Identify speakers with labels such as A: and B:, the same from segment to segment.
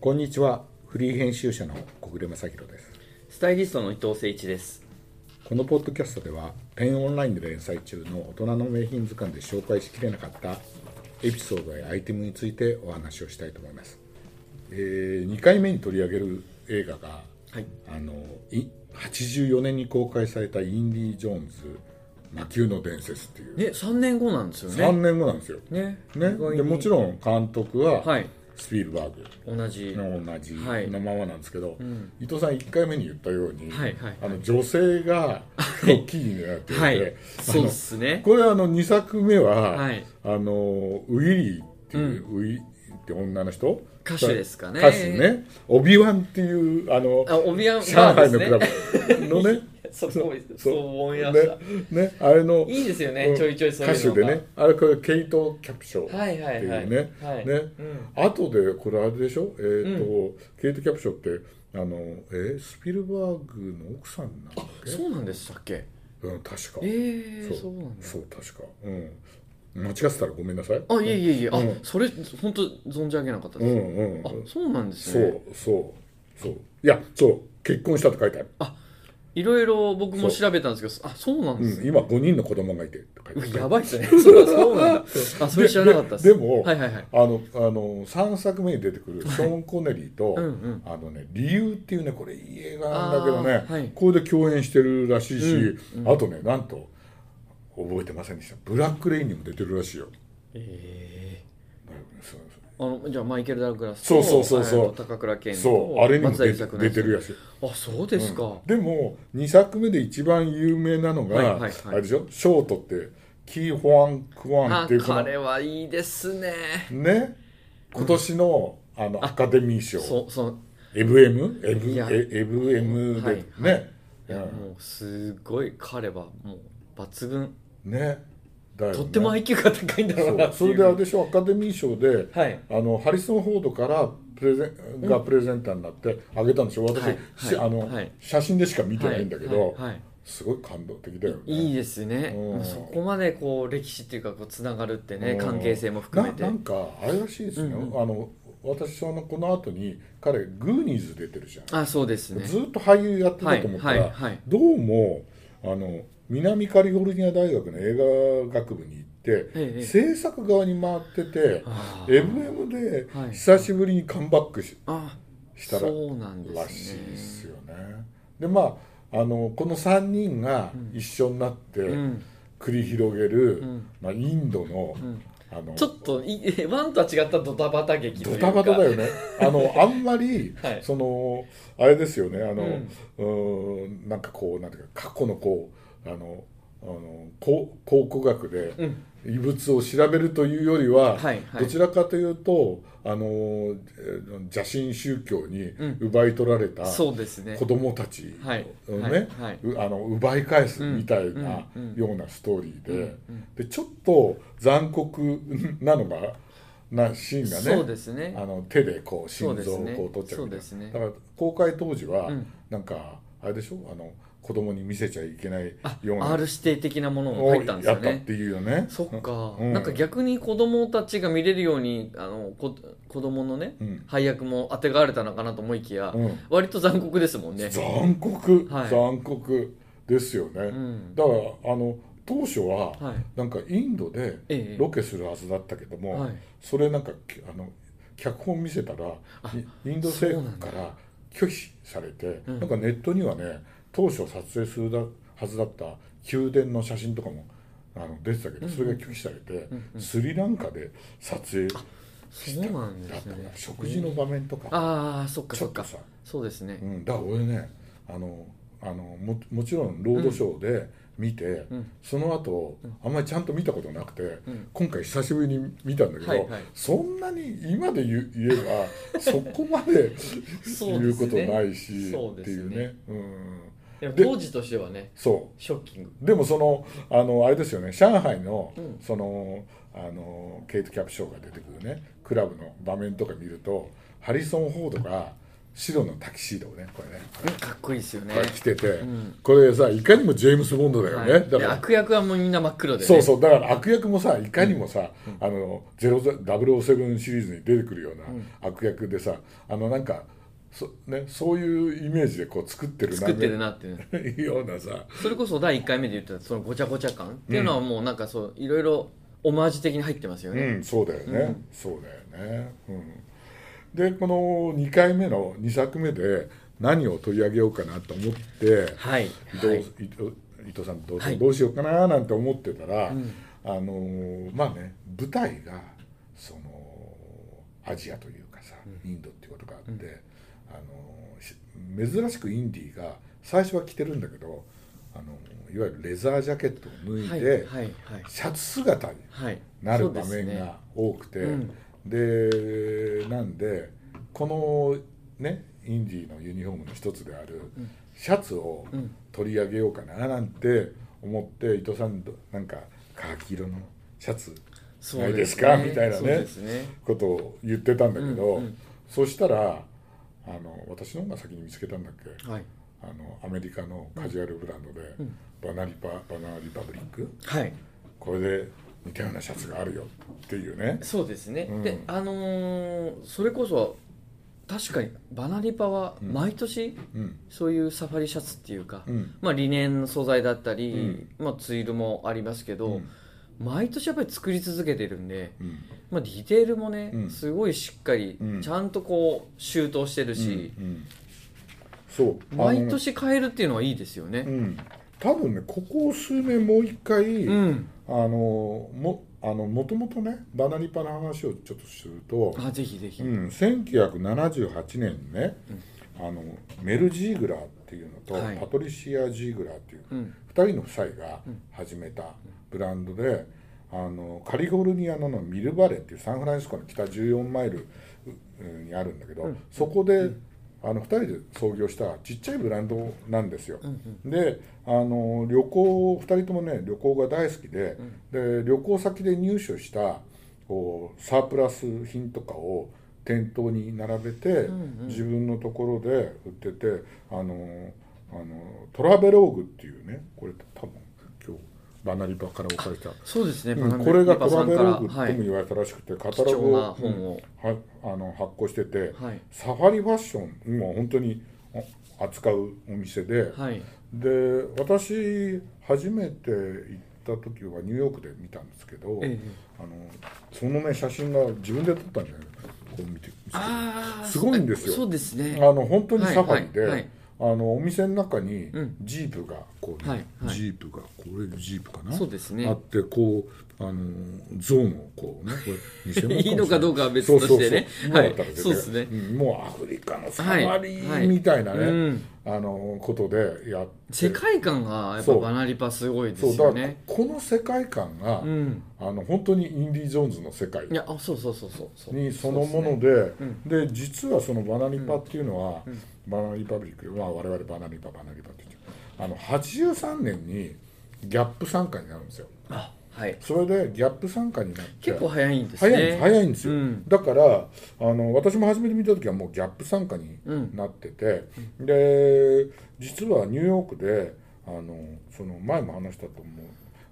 A: こんにちはフリー編集者の小暮正弘です
B: スタイリストの伊藤誠一です。
A: このポッドキャストではペンオンラインで連載中の大人の名品図鑑で紹介しきれなかったエピソードやアイテムについてお話をしたいと思います、え2回目に取り上げる映画が
B: はい。
A: あのい84年に公開された「インディ・ジョーンズ魔球の伝説」っていう、
B: ね、三年後なんですよ
A: 3
B: ね。
A: 年後なんですよ、
B: ね。
A: ね、でもちろん監督は
B: はい
A: スピルバーグ、
B: ろん同じ。
A: の同じ
B: はい
A: のままなんですけど、伊藤さん1回目に言ったように、
B: はいはいはい
A: あの女性が大きいになっていて、
B: はい。
A: あの
B: そうっすね。
A: これあの2作目は、
B: はい
A: あのウィリーっていう、ウィリーって女の人
B: 歌手ですかね
A: 歌手ねオビワンっていうあの
B: あ、オビアン
A: 上
B: バー
A: 海
B: で
A: の
B: す
A: クラ
B: ね。
A: ブの ね
B: そう、そうです。
A: そ
B: そうう思いました。
A: ねねあれの
B: いいですよ
A: うん
B: ね、ちょいちょいそう
A: 歌
B: いう
A: 手
B: の
A: で
B: が。
A: ねあれこれケイト・キャプショー
B: はい
A: っ
B: は
A: てい
B: いは
A: う
B: い。
A: ね、
B: はい。
A: ね、
B: うん。
A: あとでこれあれでしょ、えーとケイト・キャプショーってあの、えースピルバーグの奥さんなんだっけ
B: そうなんでしたっけ。
A: うん、確か
B: ええー、そうなんだ。
A: そう確か、うん、間違ってたらごめんなさい
B: あ、いえいえいえ、あ
A: うん、
B: それ、本当存じ上げなかった
A: う
B: です。
A: んうん
B: あ、そうなんです
A: そ
B: ね。
A: うそうそういやそう結婚したって書いてある、
B: いろいろ僕も調べたんですけど、あ、そうなんです
A: うん、
B: ね。
A: 今5人の子供がいてって書いてある
B: やばいっすね。 そうそうなんだ。あ、 それ知らなかったっす。
A: ででも
B: はいはいはい。
A: あのあの3作目に出てくるショーン・コネリーと、
B: うんうん。
A: あのね、理由っていうねこれいい映画なんだけどね
B: あ、ーはい
A: これで共演してるらしいし、
B: うんうん
A: あとねなんと覚えてませんでしたブラック・レインにも出てるらしいよ
B: え
A: そう
B: えあのじゃあマイケル・ダグラス
A: そうそうそうそう
B: えーと高倉健と
A: そうあれにも
B: 松田
A: 出
B: 優
A: て
B: 作の
A: 出
B: やつ
A: てるやつ
B: あそうですか、
A: うんでも2作目で一番有名なのが、
B: はいはいはい
A: あれでしょショートってキー・ホアン・クワン
B: あ
A: っていうこの
B: 彼はいいですね
A: ね今年の,、あのアカデミー賞
B: そうそう
A: FM?FM
B: いや
A: FM
B: は
A: で
B: いはい
A: ね、
B: いや
A: うん
B: もうすごい彼はもう抜群
A: ねだよね
B: とっても IQ が高いんだろうな
A: そう
B: って
A: そ
B: い
A: れ
B: う
A: であれでしょアカデミー賞で、
B: はい
A: あのハリソン・フォードからプレゼンがプレゼンターになってあげたんでしょ私、
B: はい
A: し
B: はい
A: あの
B: はい
A: 写真でしか見てないんだけど、
B: はいはいはい
A: すごい感動的だよね。
B: いいですね
A: うん
B: そこまでこう歴史っていうかこうつながるって
A: う
B: ね
A: ん
B: 関係性も含めて
A: ななんかあれらしいですね、
B: うん
A: あの私そのこの後に彼グーニーズ出てるじゃん、
B: あそうですね
A: ずっと俳優やってたと思ったら、
B: はいはいはい
A: どうもあの南カリフォルニア大学の映画学部に行って、
B: ええ
A: 制作側に回ってて
B: あー
A: MM で
B: はい
A: 久しぶりにカムバックし
B: あ
A: したら
B: そうなんですね
A: らしいですよね。でまああのこの3人が一緒になって
B: うん
A: 繰り広げる、
B: ん
A: まあ、インドの,、
B: ん
A: あの
B: ちょっとい ワンとは違ったドタバタ劇と
A: ド
B: いうか
A: タバタだよね。あのあんまり、
B: はい
A: そのあれですよねあの、うーん、なんかこうなんていうか過去のこうあのあの考考古学で
B: うん
A: 異物を調べるというよりは、
B: はいはい
A: どちらかというとあのえー邪神宗教に
B: ん
A: 奪い取られた
B: そうですね
A: 子供たち
B: はい
A: をね、
B: はいはいう
A: あの奪い返すみたいな
B: うんうんうん
A: ようなストーリーで、
B: うん
A: でちょっと残酷なのがなシーンがね
B: そうですね
A: あの手でこう心臓を
B: そうですね
A: こう取っちゃうみたいな
B: そうですね
A: だから公開当時は、
B: うん
A: なんかあれでしょあの子供に見せちゃいけない
B: あ
A: ような
B: R 指定的なものも
A: を
B: 入ったんです
A: や
B: よ
A: ったっ
B: ね
A: ていうよね
B: そっか、
A: うん
B: なんか逆に子供たちが見れるようにあのこ子供のね、
A: うん
B: 配役も当てがわれたのかなと思いきや、
A: うん
B: 割と残酷ですもんね
A: 残酷、
B: はい
A: 残酷ですよね、
B: ん
A: だからあの当初は、
B: はい
A: なんかインドで
B: ええ
A: ロケするはずだったけども、
B: はい
A: それなんかきあの脚本見せたらいインド政府から拒否されてな
B: うんん
A: かネットにはね当初撮影するだはずだった宮殿の写真とかもあの出てたけどそれが拒否されて、スリランカで撮影だっ
B: そうなんです
A: たから、
B: ね
A: 食事の場面とか、
B: ああそっか
A: ち
B: そ
A: ょ
B: っ
A: っと
B: か
A: さ
B: そうですね、
A: うん、だから俺ねあのあのももちろんロードショーで見て、
B: うん
A: その後、あんまりちゃんと見たことなくて、
B: ん
A: 今回久しぶりに見たんだけど、
B: はいはい
A: そんなに今で言う言え ばそこまで
B: そ
A: 言
B: うで
A: うこ
B: す
A: と
B: ね
A: ないし、
B: そう
A: っ
B: で
A: て
B: す
A: い
B: ね
A: うね、うん、
B: いや
A: で
B: 当時としてはね
A: そ
B: ショッキング
A: うでもそのあのあれですよね上海の、
B: うん
A: そのあのケイト・キャプショーが出てくるねクラブの場面とか見るとハリソン・フォードが白のタキシードをねこれね
B: かっこいいですよね
A: これ着てて、
B: ん
A: これさいかにもジェームズ・ボンドだよね、
B: はい
A: だ
B: で
A: から
B: 悪役はもうみんな真っ黒でね
A: そうそうだから悪役もさいかにもさ、あの00 007シリーズに出てくるような悪役でさあのなんかそ,、ね、そういうイメージでこう作ってる
B: 作ってるなってね
A: な ようなさ
B: それこそ第1回目で言ってたそのごちゃごちゃ感っていうのはもうなんかそういろいろオマージュ的に入ってますよ
A: う
B: ね、
A: ん、そうだよね、そうだよね、うん、でこの2回目の2作目で何を取り上げようかなと思って、
B: はい
A: どう
B: はい
A: 伊藤伊藤さんどう,、
B: はい
A: どうしようかななんて思ってたら、あのーまあね舞台がそのアジアというかさ、インドっていうことがあって、あのーし珍しくインディーが最初は着てるんだけどあのーいわゆるレザージャケットを脱い
B: はい
A: で、
B: はいはい
A: シャツ姿に
B: はい
A: なる
B: そうで
A: 場
B: すね
A: 面が多くてで,、
B: うん
A: なんでこのねインディのユニフォームの一つであるシャツを
B: うん
A: 取り上げようかななんて思って伊藤さんどなんかカーキ色のシャツ
B: そう
A: ない
B: ね
A: ですかみたいな
B: そう
A: ね
B: ですね
A: ことを言ってたんだけど、
B: うんうん
A: そしたらあの私の方が先に見つけたんだっけ
B: はい
A: あのアメリカのカジュアルブランドで、
B: ん
A: バナリパバナリパブリック
B: はい
A: これで似たようなシャツがあるよっていうね
B: そうですね、
A: うん
B: であのーそれこそ確かにバナリパは毎年、
A: うん
B: そういうサファリシャツっていうか、
A: うん
B: まあリネンの素材だったり、まあツイルもありますけど、
A: うん
B: 毎年やっぱり作り続けてるんで、
A: うん
B: まあ、ディテールもね、
A: うん
B: すごいしっかり、
A: うん
B: ちゃんとこう周到してるし、
A: うんうんそう
B: 毎年変えるっていうのはいいですよ
A: あの
B: ね
A: うん多分ねここ数年もう一回、
B: うん、
A: あのもあのもともとねバナリパの話をちょっとすると、
B: あぜひぜひ、
A: うん、1978年にね、あのメル・ジーグラーっていうのと、
B: はい
A: パトリシア・ジーグラーっていう、
B: うん
A: 2人の夫妻が始めたブランドで、あのカリフォルニアのミルバレーっていうサンフランシスコの北14マイルううにあるんだけど、そこで、あの2人で創業したちっちゃいブランドなんですよ。であの旅行2人ともね旅行が大好きで,、で旅行先で入手したこうサープラス品とかを店頭に並べて、自分のところで売っててあのあのトラベローグっていうねこれ多分今日バナリバから置かれた、
B: そうですね、
A: うん
B: バナリ
A: これが
B: パ
A: ト
B: さ
A: ラ
B: ん
A: ベ
B: か
A: ロ
B: ら
A: ーグとも
B: はい、
A: 言われたらしくて、カタ
B: 貴
A: ロ
B: 重
A: グ
B: な
A: を、うん
B: 本を、
A: はあの発行してて、
B: はい
A: サファリファッションも本当にお扱うお店で、
B: はい
A: で私初めて行った時はニューヨークで見たんですけど、
B: ええ
A: あのそのね写真が自分で撮ったんじゃないかこう見て
B: あー
A: すごいんですよ
B: そうですね
A: あの本当にサファリで、
B: はいはい
A: あのお店の中に
B: うん
A: ジープがこうね、
B: はいはい
A: ジープがこれジープかな
B: そうですね
A: あってこうあのゾーンをこうねこれ偽物もしれない
B: いいのかどうかは別としてね
A: そうそうそう
B: はい
A: 今だったら
B: そうですね
A: んもうアフリカのサフ
B: はいは
A: ァリ
B: い
A: みたいなね、
B: うん
A: あのことでやって
B: 世界観がやっぱ
A: そう
B: バナリパすごいです
A: そう
B: よ
A: だから
B: ね
A: この世界観が、
B: うん
A: あの本当にインディ・ジョーンズの世界
B: いやあそうそうそうそうそう
A: にそのも
B: そうですね
A: のでで,、実はそのバナリパっていうのは、バナリパブリック、まあ、我々バナリパバナリパって言ってるあの83年にギャップ参加になるんですよ
B: あはい
A: それでギャップ参加になって
B: 結構早いんですね
A: 早いんです早いんですよ、
B: うん
A: だからあの私も初めて見た時はもうギャップ参加になってて、で実はニューヨークであのその前も話したと思う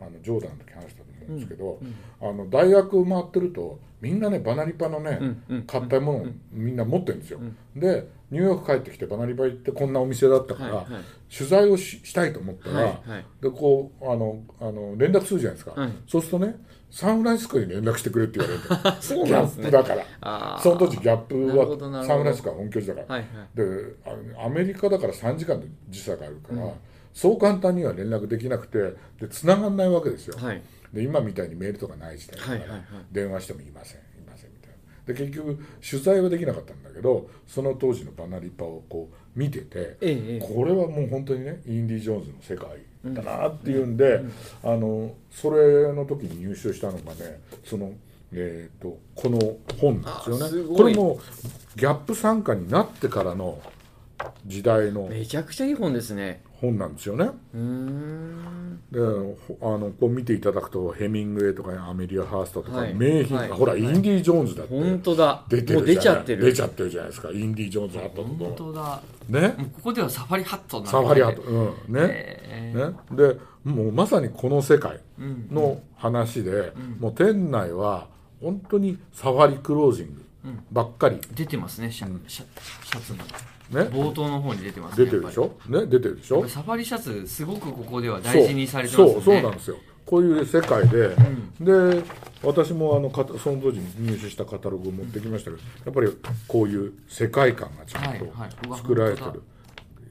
A: あのジョーダンの時話したと思うんですけど、あの大学を回ってるとみんなねバナリパのね、
B: うんうん
A: 買ったものをみんな持ってるんですよ、でニューヨーク帰ってきてバナリパ行ってこんなお店だったから、
B: はいはい
A: 取材をししたいと思ったら、
B: はいはい
A: でこうあのあの連絡するじゃないですか、
B: はい
A: そうするとねサンフランシスコに連絡してくれって言われて
B: そう
A: ギ
B: な
A: ャ
B: んです
A: ップ
B: ね
A: だから
B: あー
A: その当時ギャップ
B: なるほどなる
A: は
B: ほど
A: サンフランシスコは本拠地だから、
B: はいはい
A: であのアメリカだから3時間の時差があるから、そう簡単には連絡できなくてで繋がんないわけですよ、
B: はい
A: で今みたいにメールとかない時代だから、
B: はいはいはい
A: 電話してもいませんいませんみたいなで結局取材はできなかったんだけどその当時のバナリパをこう見てて、
B: ええええ
A: これはもう本当にねインディ・ジョーンズの世界だなっていうんで、あのそれの時に入手したのがねその、えー、とこの本なんですよね
B: あすごい
A: これもギャップ参加になってからの時代の
B: めちゃくちゃいい本ですね
A: 本なんですよね。
B: うーん
A: でほあのこう見ていただくとヘミングウェイとかアメリア・ハーストとか、
B: はい
A: 名品、
B: はい
A: ほら、インディ・ジョーンズだって
B: 本当だ
A: 出て
B: も
A: る
B: う出
A: じ
B: ち
A: ゃ
B: ゃ
A: な
B: っ
A: い
B: てる
A: 出ちゃってるじゃないですかインディ・ジョーンズあったと
C: 本
A: こ
C: 当だ
A: ね
C: もうここではサファリハットなんだ
A: サファリアと、うんね
C: え
A: ね、でもうまさにこの世界の話で、もう店内は本当にサファリクロージングばっかり、
C: ー出てますねシャ,、シャシャツの
A: ね
C: 冒頭の方に出てますね
A: 出てるでし
C: やっ
A: ょ、ね、出てるでし
C: ぱ
A: ょ
C: りサファリシャツすごくここでは大事にされてますよ
A: そう
C: ね
A: そうそうなんですよこういう世界で、で私もあのかたその当時に入手したカタログを持ってきましたけどやっぱりこういう世界観がちゃん
C: はいはいう
A: と
C: わ
A: 作られて
C: 本
A: る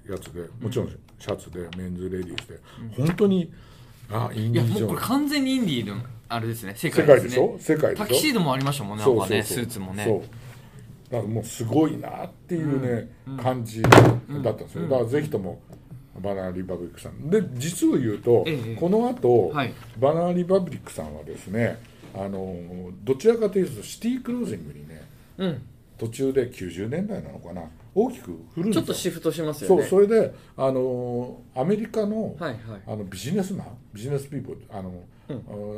A: やつでもちろんシャツでメンズレディースで、本当にあイン
C: い
A: デ
C: や
A: ィ・ジ
C: もうこ
A: ョー
C: れ
A: ンズ
C: 完全にインディーのあれですね世
A: 世
C: 界で
A: 界
C: す
A: で
C: ね
A: しょ世界でしょ
C: タキシードもありましたもんねなんかねスーツもね
A: そうだからもうすごいなっていうね、感じだったんですよ、だからぜひともバナナリパブリックさんで実を言うと、
C: ええ
A: この後、
C: はい
A: バナナリパブリックさんはですねあのどちらかというとシティクロージングにね
B: うん
A: 途中で90年代なのかな大きく振るんです
B: ちょ
A: よ
B: っとシフトします
A: そ
B: よ
A: う
B: ね
A: それであのアメリカの,、
B: はいはい
A: あのビジネスマンビジネスピーポーあの、う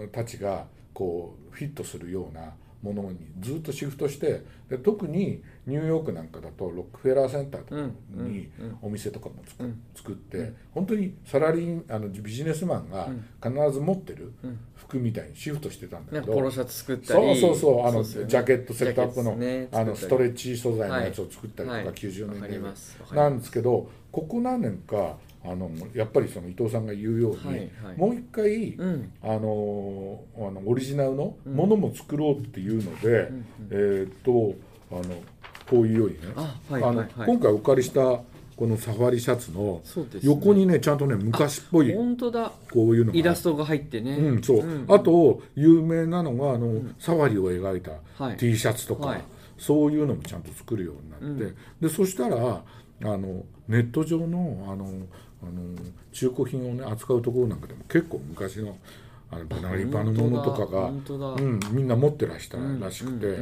A: んたちがこうフィットするようなものにずっとシフトしてで特にニューヨークなんかだとロックフェラーセンターとかにお店とかもつく、作って本当にサラリーあのビジネスマンが必ず持ってる服みたいにシフトしてたんだけ
B: なんか
A: ど、
B: ポロシャツ作った
A: そう
B: り
A: そうそうあの
B: ですよね
A: ジャケットセットアップの,、
B: ジャケットね
A: あのストレッチ素材のやつを作ったりとか、
B: はいはい
A: 90年
B: わか
A: 代
B: りますわかりま
A: な
B: す
A: んですけどここ何年かあのやっぱりその伊藤さんが言うように、
B: はいはい
A: もう一回、
B: うん
A: あのあのオリジナルのものも作ろうっていうので、えーっとあのこういうようにね
B: あはいはいはい
A: の今回お借りしたこのサファリシャツの
B: そうですね
A: 横にねちゃんとね昔っぽい
B: 本当だ
A: こういうのが
B: イラストが入ってね
A: うん、そう、
B: ん
A: あと有名なのがあの、サファリを描いた
B: はい
A: T シャツとか、
B: はい
A: そういうのもちゃんと作るようになって、でそしたらあのネット上のあのあの中古品をね扱うところなんかでも結構昔のあのバナリバのものとかが、う
B: 本当だ本当だ
A: ん、みんな持ってらしたらしくて、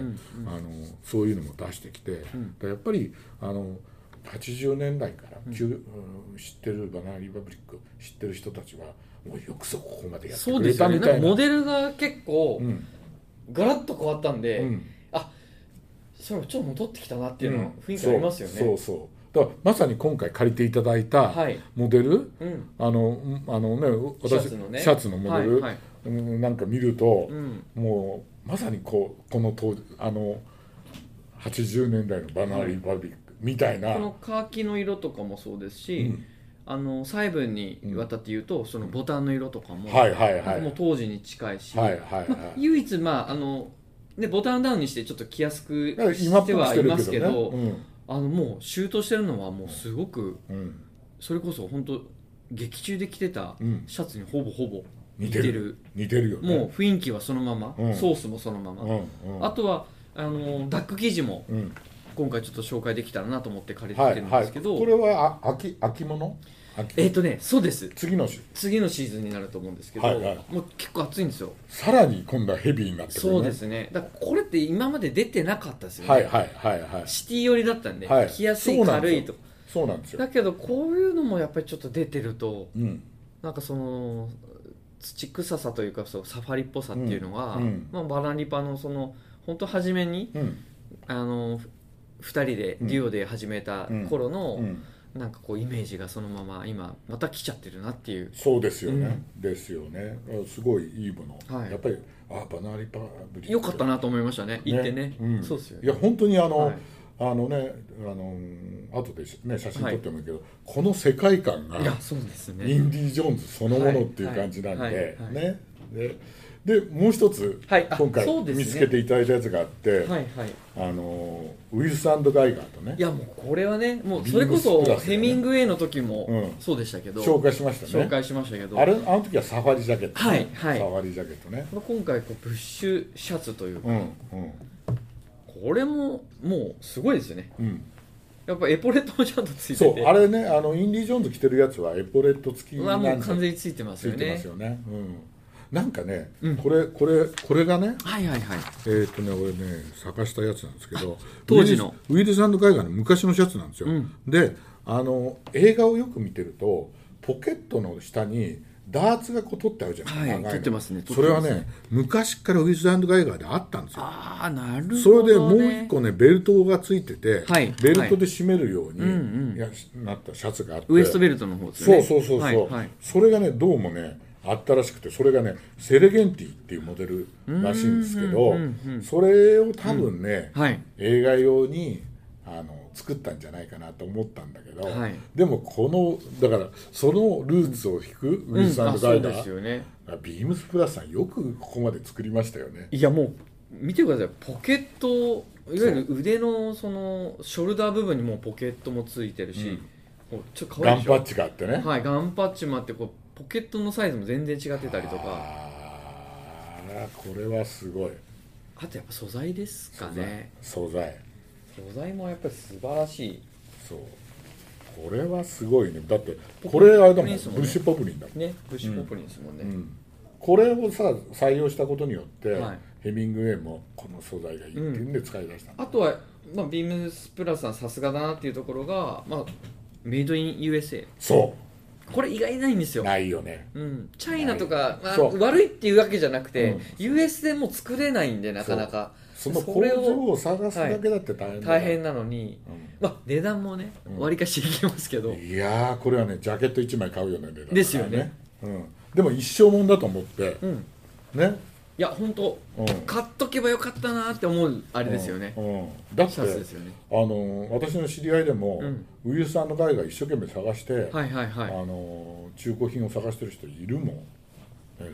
A: あのそういうのも出してきて、でやっぱりあの80年代から、きゅうん知ってるバナナリパブリック知ってる人たちはもうよくそこまでやって
B: そう
A: く
B: で
A: れ
B: す
A: た
B: よね
A: みた
B: なん
A: い
B: か
A: な
B: モデルが結構
A: うん
B: ガラッと変わったんで、
A: うん
B: あそれちょっと戻ってきたなっていう
A: う
B: のは
A: ん
B: 雰囲気ありますよね、
A: そうそうそうだからまさに今回借りていただいた
B: はい
A: モデル、
B: うん
A: あのうんあのね私
B: シャツのね
A: シャツのモデル、
B: はいはい
A: うんなんか見ると、
B: うん
A: もうまさにこうこの当あの80年代のバナナリパブリックみたいな、
B: このカーキの色とかもそうですし、
A: うん
B: あの細部にわたって言うと、そのボタンの色とかも、
A: はいはいはい
B: もう当時に近いし、
A: はいはい
B: まあ
A: はい。
B: 唯一まああのねボタンダウンにしてちょっと着やすく
A: だから今っ
B: して
A: ぽく
B: は
A: し
B: い
A: てる
B: ます
A: け
B: け
A: ど
B: ど、
A: ね。
B: あのもうシュートしてるのはもうすごく
A: うんうん
B: それこそ本当劇中で着てた
A: うん
B: シャツにほぼほぼ
A: 似
B: 似
A: て
B: て
A: る
B: る。
A: 似てるよね。
B: もう雰囲気はそのまま、
A: うん
B: ソースもそのまま、
A: うんうん
B: あとはあのダック生地も
A: うん
B: 今回ちょっと紹介できたらなと思って借りて
A: は
B: きて
A: い
B: るん
A: は
B: で
A: い。
B: すけど、
A: これはあ秋秋物？秋
B: えっ、とねそうです
A: 次の週
B: 次のシーズンになると思うんですけど、
A: はいはい
B: もう結構暑いんですよ、
A: さらに今度はヘビーになってくるね。
B: そうですねだからこれって今まで出てなかったですよね、
A: はいはいはいはい。
B: シティ寄りだったんで、
A: はい
B: 着やす
A: そ
B: いう
A: なんです
B: 軽
A: よ
B: いと
A: そうなんですよ
B: だ。けどこういうのもやっぱりちょっと出てると
A: うん
B: なんかその土臭さというかそうサファリっぽさっていうのが、
A: うんうん
B: まあ、バラリパのその本当初めに
A: うん
B: あのふ二人でデュオで始めた頃の、
A: うん。
B: なんかこうイメージがそのまま今また来ちゃってるなっていう
A: そうですよね。ですよね。あすごいいいもの。
B: はい
A: やっぱりあバナナリパブリック。
B: よかったなと思いましたね行ってね
A: うん
B: そうですよ
A: いや本当にあの、
B: はい
A: あのねあの後でね写真撮ってもいいけど、この世界観が
B: いやそうです
A: イ
B: ね
A: ンディ・ジョーンズそのものっていう感じなん
B: はいはい
A: で
B: はい
A: ねででもう一つ、
B: はいあ
A: 今回
B: そうですね
A: 見つけていただいたやつがあって、
B: はいはい
A: あのウィルス・ガイガーとね
B: いやもうこれはねもう
A: ビームス
B: それこそ
A: プラスだ
B: ヘ
A: よね
B: ミングウェイの時
A: う
B: も
A: ん
B: そうでしたけど
A: 紹介しましたね
B: 紹介しましたけど
A: あれあの時はサファリジャケット、ね
B: はいはい
A: サファリジャケットね
B: 今回こうブッシュシャツというか
A: うんうん
B: これももうすごいですよね
A: うん、
B: やっぱエポレットもちゃんとつい
A: そ
B: て
A: う
B: て
A: あれねあのインディ・ジョーンズ着てるやつはエポレット付き
B: は
A: で
B: もう完全についてます
A: つい
B: よ
A: てま
B: ね
A: すよね。うん、なんかね、
B: うん
A: これこれこれがね、
B: はいはいはい
A: えーっ、とね俺ね探したやつなんですけど、
B: 当時の
A: ウィルスウィルス海岸の昔のシャツなんですよ。
B: うん
A: で、あの映画をよく見てると。ポポケットの下にダーツがこう取ってあるじゃない
B: はい
A: 長の
B: 取ってますね
A: それは
B: 取って
A: ね昔からウィズアンドガイガーであったんですよ
B: ああなるほど、ね、
A: それでもう一個ねベルトがついてて、
B: はい
A: ベルトで締めるようにやなったシャツがあって
B: ウエストベルトの方ですよ
A: そ
B: ね
A: うそうそうそう、
B: はいはい
A: それがねどうもねあったらしくてそれがねセレゲンティっていうモデルらしいんですけどそれを多分ね、
B: うんはい
A: 映画用にあの作ったんじゃないかなと思ったんだけど、
B: はい
A: でもこのだからそのルーツを引くウィルス・アン
B: あ
A: ド・
B: そ
A: ガ
B: う
A: イダ
B: です
A: ー、
B: よね
A: ビームスプラスさんよくここまで作りましたよね
B: いやもう見てくださいポケットいわゆる腕のそのショルダー部分にもうポケットもついてるし、もうちょっと可
A: ガ
B: 愛いで
A: ン
B: し
A: パ
B: ょ
A: ッチがあってね、
B: はいガンパッチもあってこうポケットのサイズも全然違ってたりとか
A: あーこれはすごい
B: あとやっぱ素材ですかね
A: 素材
B: 素材もやっぱり素晴らしい
A: そうこれはすごいねだってこれあれだもん
B: いいですもん
A: ブ
B: ね
A: ルシュ・ポプリンだもん、
B: ねブッシュポプリンですもんね、
A: うんこれをさ採用したことによって、
B: はい
A: ヘミングウェイもこの素材がいいっていうんで使い出したの、
B: あとは、まあ、ビームスプラスさんさすがだなっていうところが、まあ、メイドイン USA
A: そ
B: これ意外ないんです
A: う
B: よ
A: ないよね
B: うん、チャイナとか、まあ、
A: そう
B: 悪いっていうわけじゃなくて、
A: うん
B: US でも作れないんでなかなか
A: その
B: そ
A: 工
B: れを
A: 場を探すだけだって大変だから
B: 大変なのに、
A: うん
B: まあ、値段もね
A: うん
B: 割りかしできますけど、
A: いやーこれはねジャケット1枚買うよね値段
B: ですよね、
A: うん、でも一生もんだと思って
B: うん、い
A: ね
B: や本当、
A: うん
B: 買っとけばよかったなって思うあれですよね、
A: うんうんだって
B: シャツですよね
A: あの私の知り合いでも、
B: うん
A: ウイルスさんの会が一生懸命探して、
B: はいはいは
A: あ
B: い
A: の中古品を探してる人いるもん、ね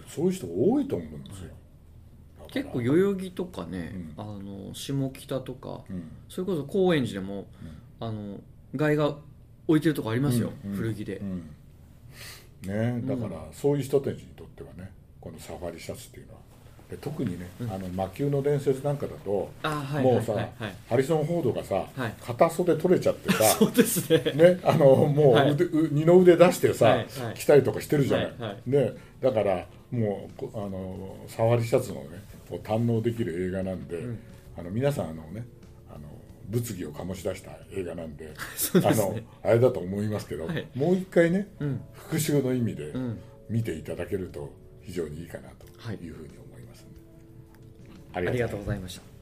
A: そういう人多いと思うんですよ、だ
B: 結
A: から
B: 構代々木とかね、
A: う
B: あの下北とか、
A: うん
B: それこそ高円寺でも、あの外が置いてるとこありますよ、
A: うんうん
B: 古着で、
A: うんねだから、そういう人たちにとってはねこのサファリシャツっていうのはで特にね、あの魔球の伝説なんかだと、
B: あはいはい
A: もう
B: はい
A: さ、
B: はい
A: ハリソン・フォードがさ、
B: はい
A: 片袖取れちゃってさ
B: そうで すね
A: ね、あのもう
B: はい
A: 腕、う二の腕出してさ、
B: はいはい
A: 着たりとかしてるじゃない、
B: はいはい
A: ね、だからもうこあのサワリシャツのねを堪能できる映画なんで、あの皆さんあのねあの物議を醸し出した映画なんで
B: そうで
A: あ
B: す
A: の
B: ね
A: あれだと思いますけど、
B: はい
A: もう一回ね、
B: ん
A: 復習の意味で
B: ん
A: 見ていただけると非常にいいかな
B: はい
A: というふうに思いますんで、
B: ありがとうございました